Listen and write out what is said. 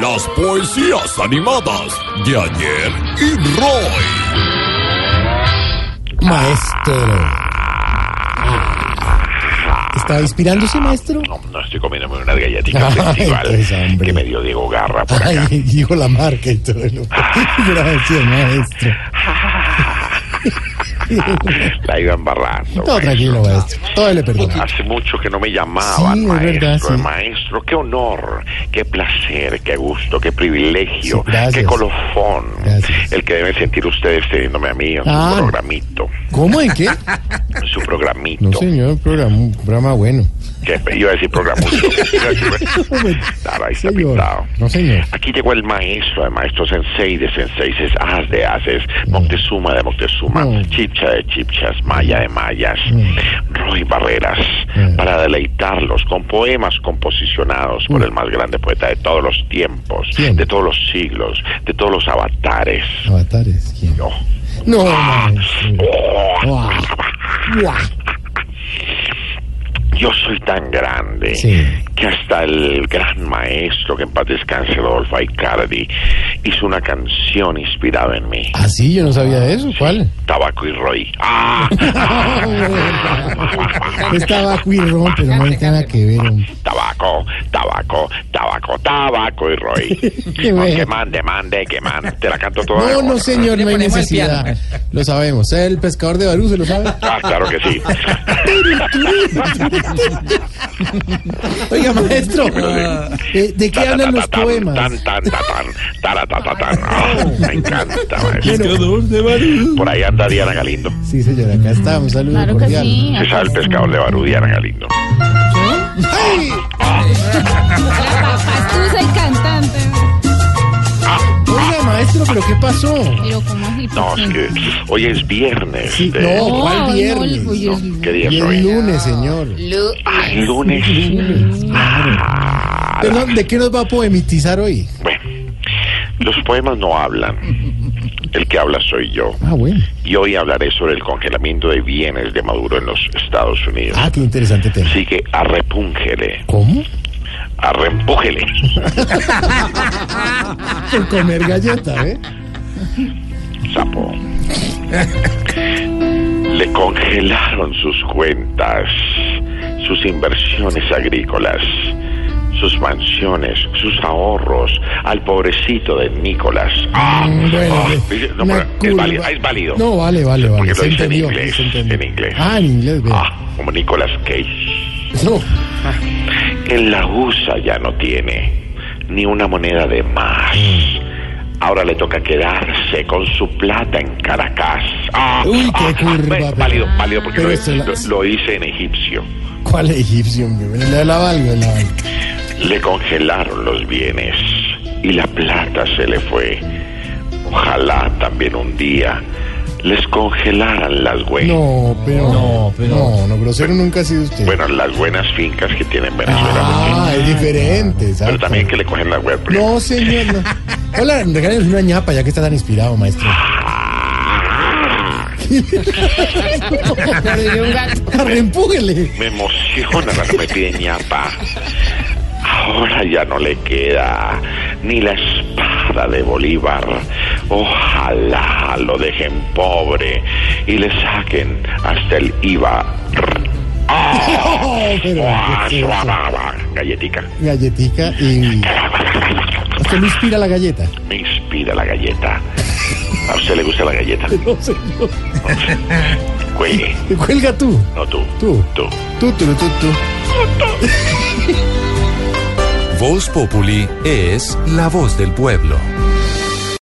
las poesías animadas de ayer y Roy. Maestro. ¿Está inspirándose, maestro? No, no estoy comiéndome unas galletitas Ay, festival pues, hombre. que me dio Diego Garra por acá. Ay, dijo la marca y todo. lo- Gracias, maestro. La he ido embarrando. Todo maestro. tranquilo, maestro. Todo le perdona. Hace mucho que no me llamaban, Sí, es maestro. verdad, sí. Maestro, qué honor, qué placer, qué gusto, qué privilegio, Sí, gracias. qué colofón. Gracias. El que deben sentir ustedes teniéndome a mí en Ah. su programito. ¿Cómo? ¿En qué? En su programito. No, señor, programa, un programa bueno. pues, Que iba a decir programucho. Claro, ahí está pintado. Señor. No, señor. Aquí llegó el maestro, el maestro sensei de senseis, es as de ases, Moctezuma de Moctezuma, Mm. chipcha de chipchas, maya de mayas, Roy Barreras, Mm. para deleitarlos con poemas composicionados por el más grande poeta de todos los tiempos, Mm. ¿Quién? de todos los siglos, de todos los avatares. Avatares. ¿Quién? Oh. No, maestro. Oh, Guau. Guau. Yo soy tan grande Sí. que hasta el gran maestro que en paz descanse Rodolfo Aicardi hizo una canción inspirada en mí. Ah, sí, yo no sabía de eso. ¿Cuál? Tabaco y Roy. ¡Ah! Estaba cuirrón, pero no hay nada que ver. hombre. tabaco, tabaco, tabaco, tabaco y Roy. Qué No, bueno. que mande, mande, que mande. Te la canto toda. de No, no, una. señor, no hay necesidad. Lo sabemos. El pescador de Barú se lo sabe. Ah, claro que sí. Oiga, maestro, eh, ¿de qué hablan los Tan, poemas? Tan, tan, tan, tan, taratatatán. Ah, me encanta, maestro. Por ahí anda Diana Galindo. Sí, señora, acá estamos. Un saludo Claro que cordial. sí. Se sabe el pescador de Barú, Diana Galindo. ¡Ay! La papastusa y cantante. Oiga, maestro, ¿pero qué pasó? Pero ¿cómo así? No, ¿Por es qué? que hoy es viernes. Sí, de- no, No, ¿cuál no, viernes? oye, no, ¿Qué día Y es el hoy? lunes, señor. Ah, el lunes. Lunes, claro. Pero, ¿de qué nos va a poemitizar hoy? Bueno, los poemas no hablan. El que habla soy yo. Ah, bueno. Y hoy hablaré sobre el congelamiento de bienes de Maduro en los Estados Unidos. Ah, qué interesante tema. Así que arrepúngele, ¿Cómo? arrempújele. Ah. Por comer galleta, ¿eh? sapo. Le congelaron sus cuentas, sus inversiones agrícolas, sus mansiones, sus ahorros al pobrecito de Nicolás. Ah, Mm, Bueno, ah, de- no, una pero es curva. válido. ah, es válido. No, vale, vale, vale. Porque lo se dice en entendió, inglés, se entendió. en inglés. Ah, en inglés, vea. Ah, como Nicolás Cage. No. En la USA ya no tiene ni una moneda de más. Ahora le toca quedarse con su plata en Caracas. Ah, Uy, qué ah, curva, ve, pero- Válido, válido, porque pero lo, esto la- lo- lo hice en egipcio. ¿Cuál egipcio, hombre? La, la valga, la valga. Le congelaron los bienes y la plata se le fue. Ojalá también un día les congelaran las buenas. No, pero. No, pero. No, no, grosero nunca ha sido usted. Bueno, las buenas fincas que tiene en Venezuela. Ah, es diferente, Ah, pero ¿sabes? también que le cogen la web. No, señor, no. Hola, regálenos una ñapa, ya que está tan inspirado, maestro. Ah. Arrempúguele. Me emociona cuando me piden ñapa. Ahora ya no le queda ni la espada de Bolívar. Ojalá lo dejen pobre y le saquen hasta el IVA. No, pero. ¡Ah, ¿qué es eso? Galletica. Galletica y. este, Usted no inspira la galleta. Me inspira la galleta. ¿A usted le gusta la galleta? No, señor. Cuelgue. Te cuelga tú. No tú. Tú. Tú. Tú, tú, tú, tú. Voz Populi es la voz del pueblo.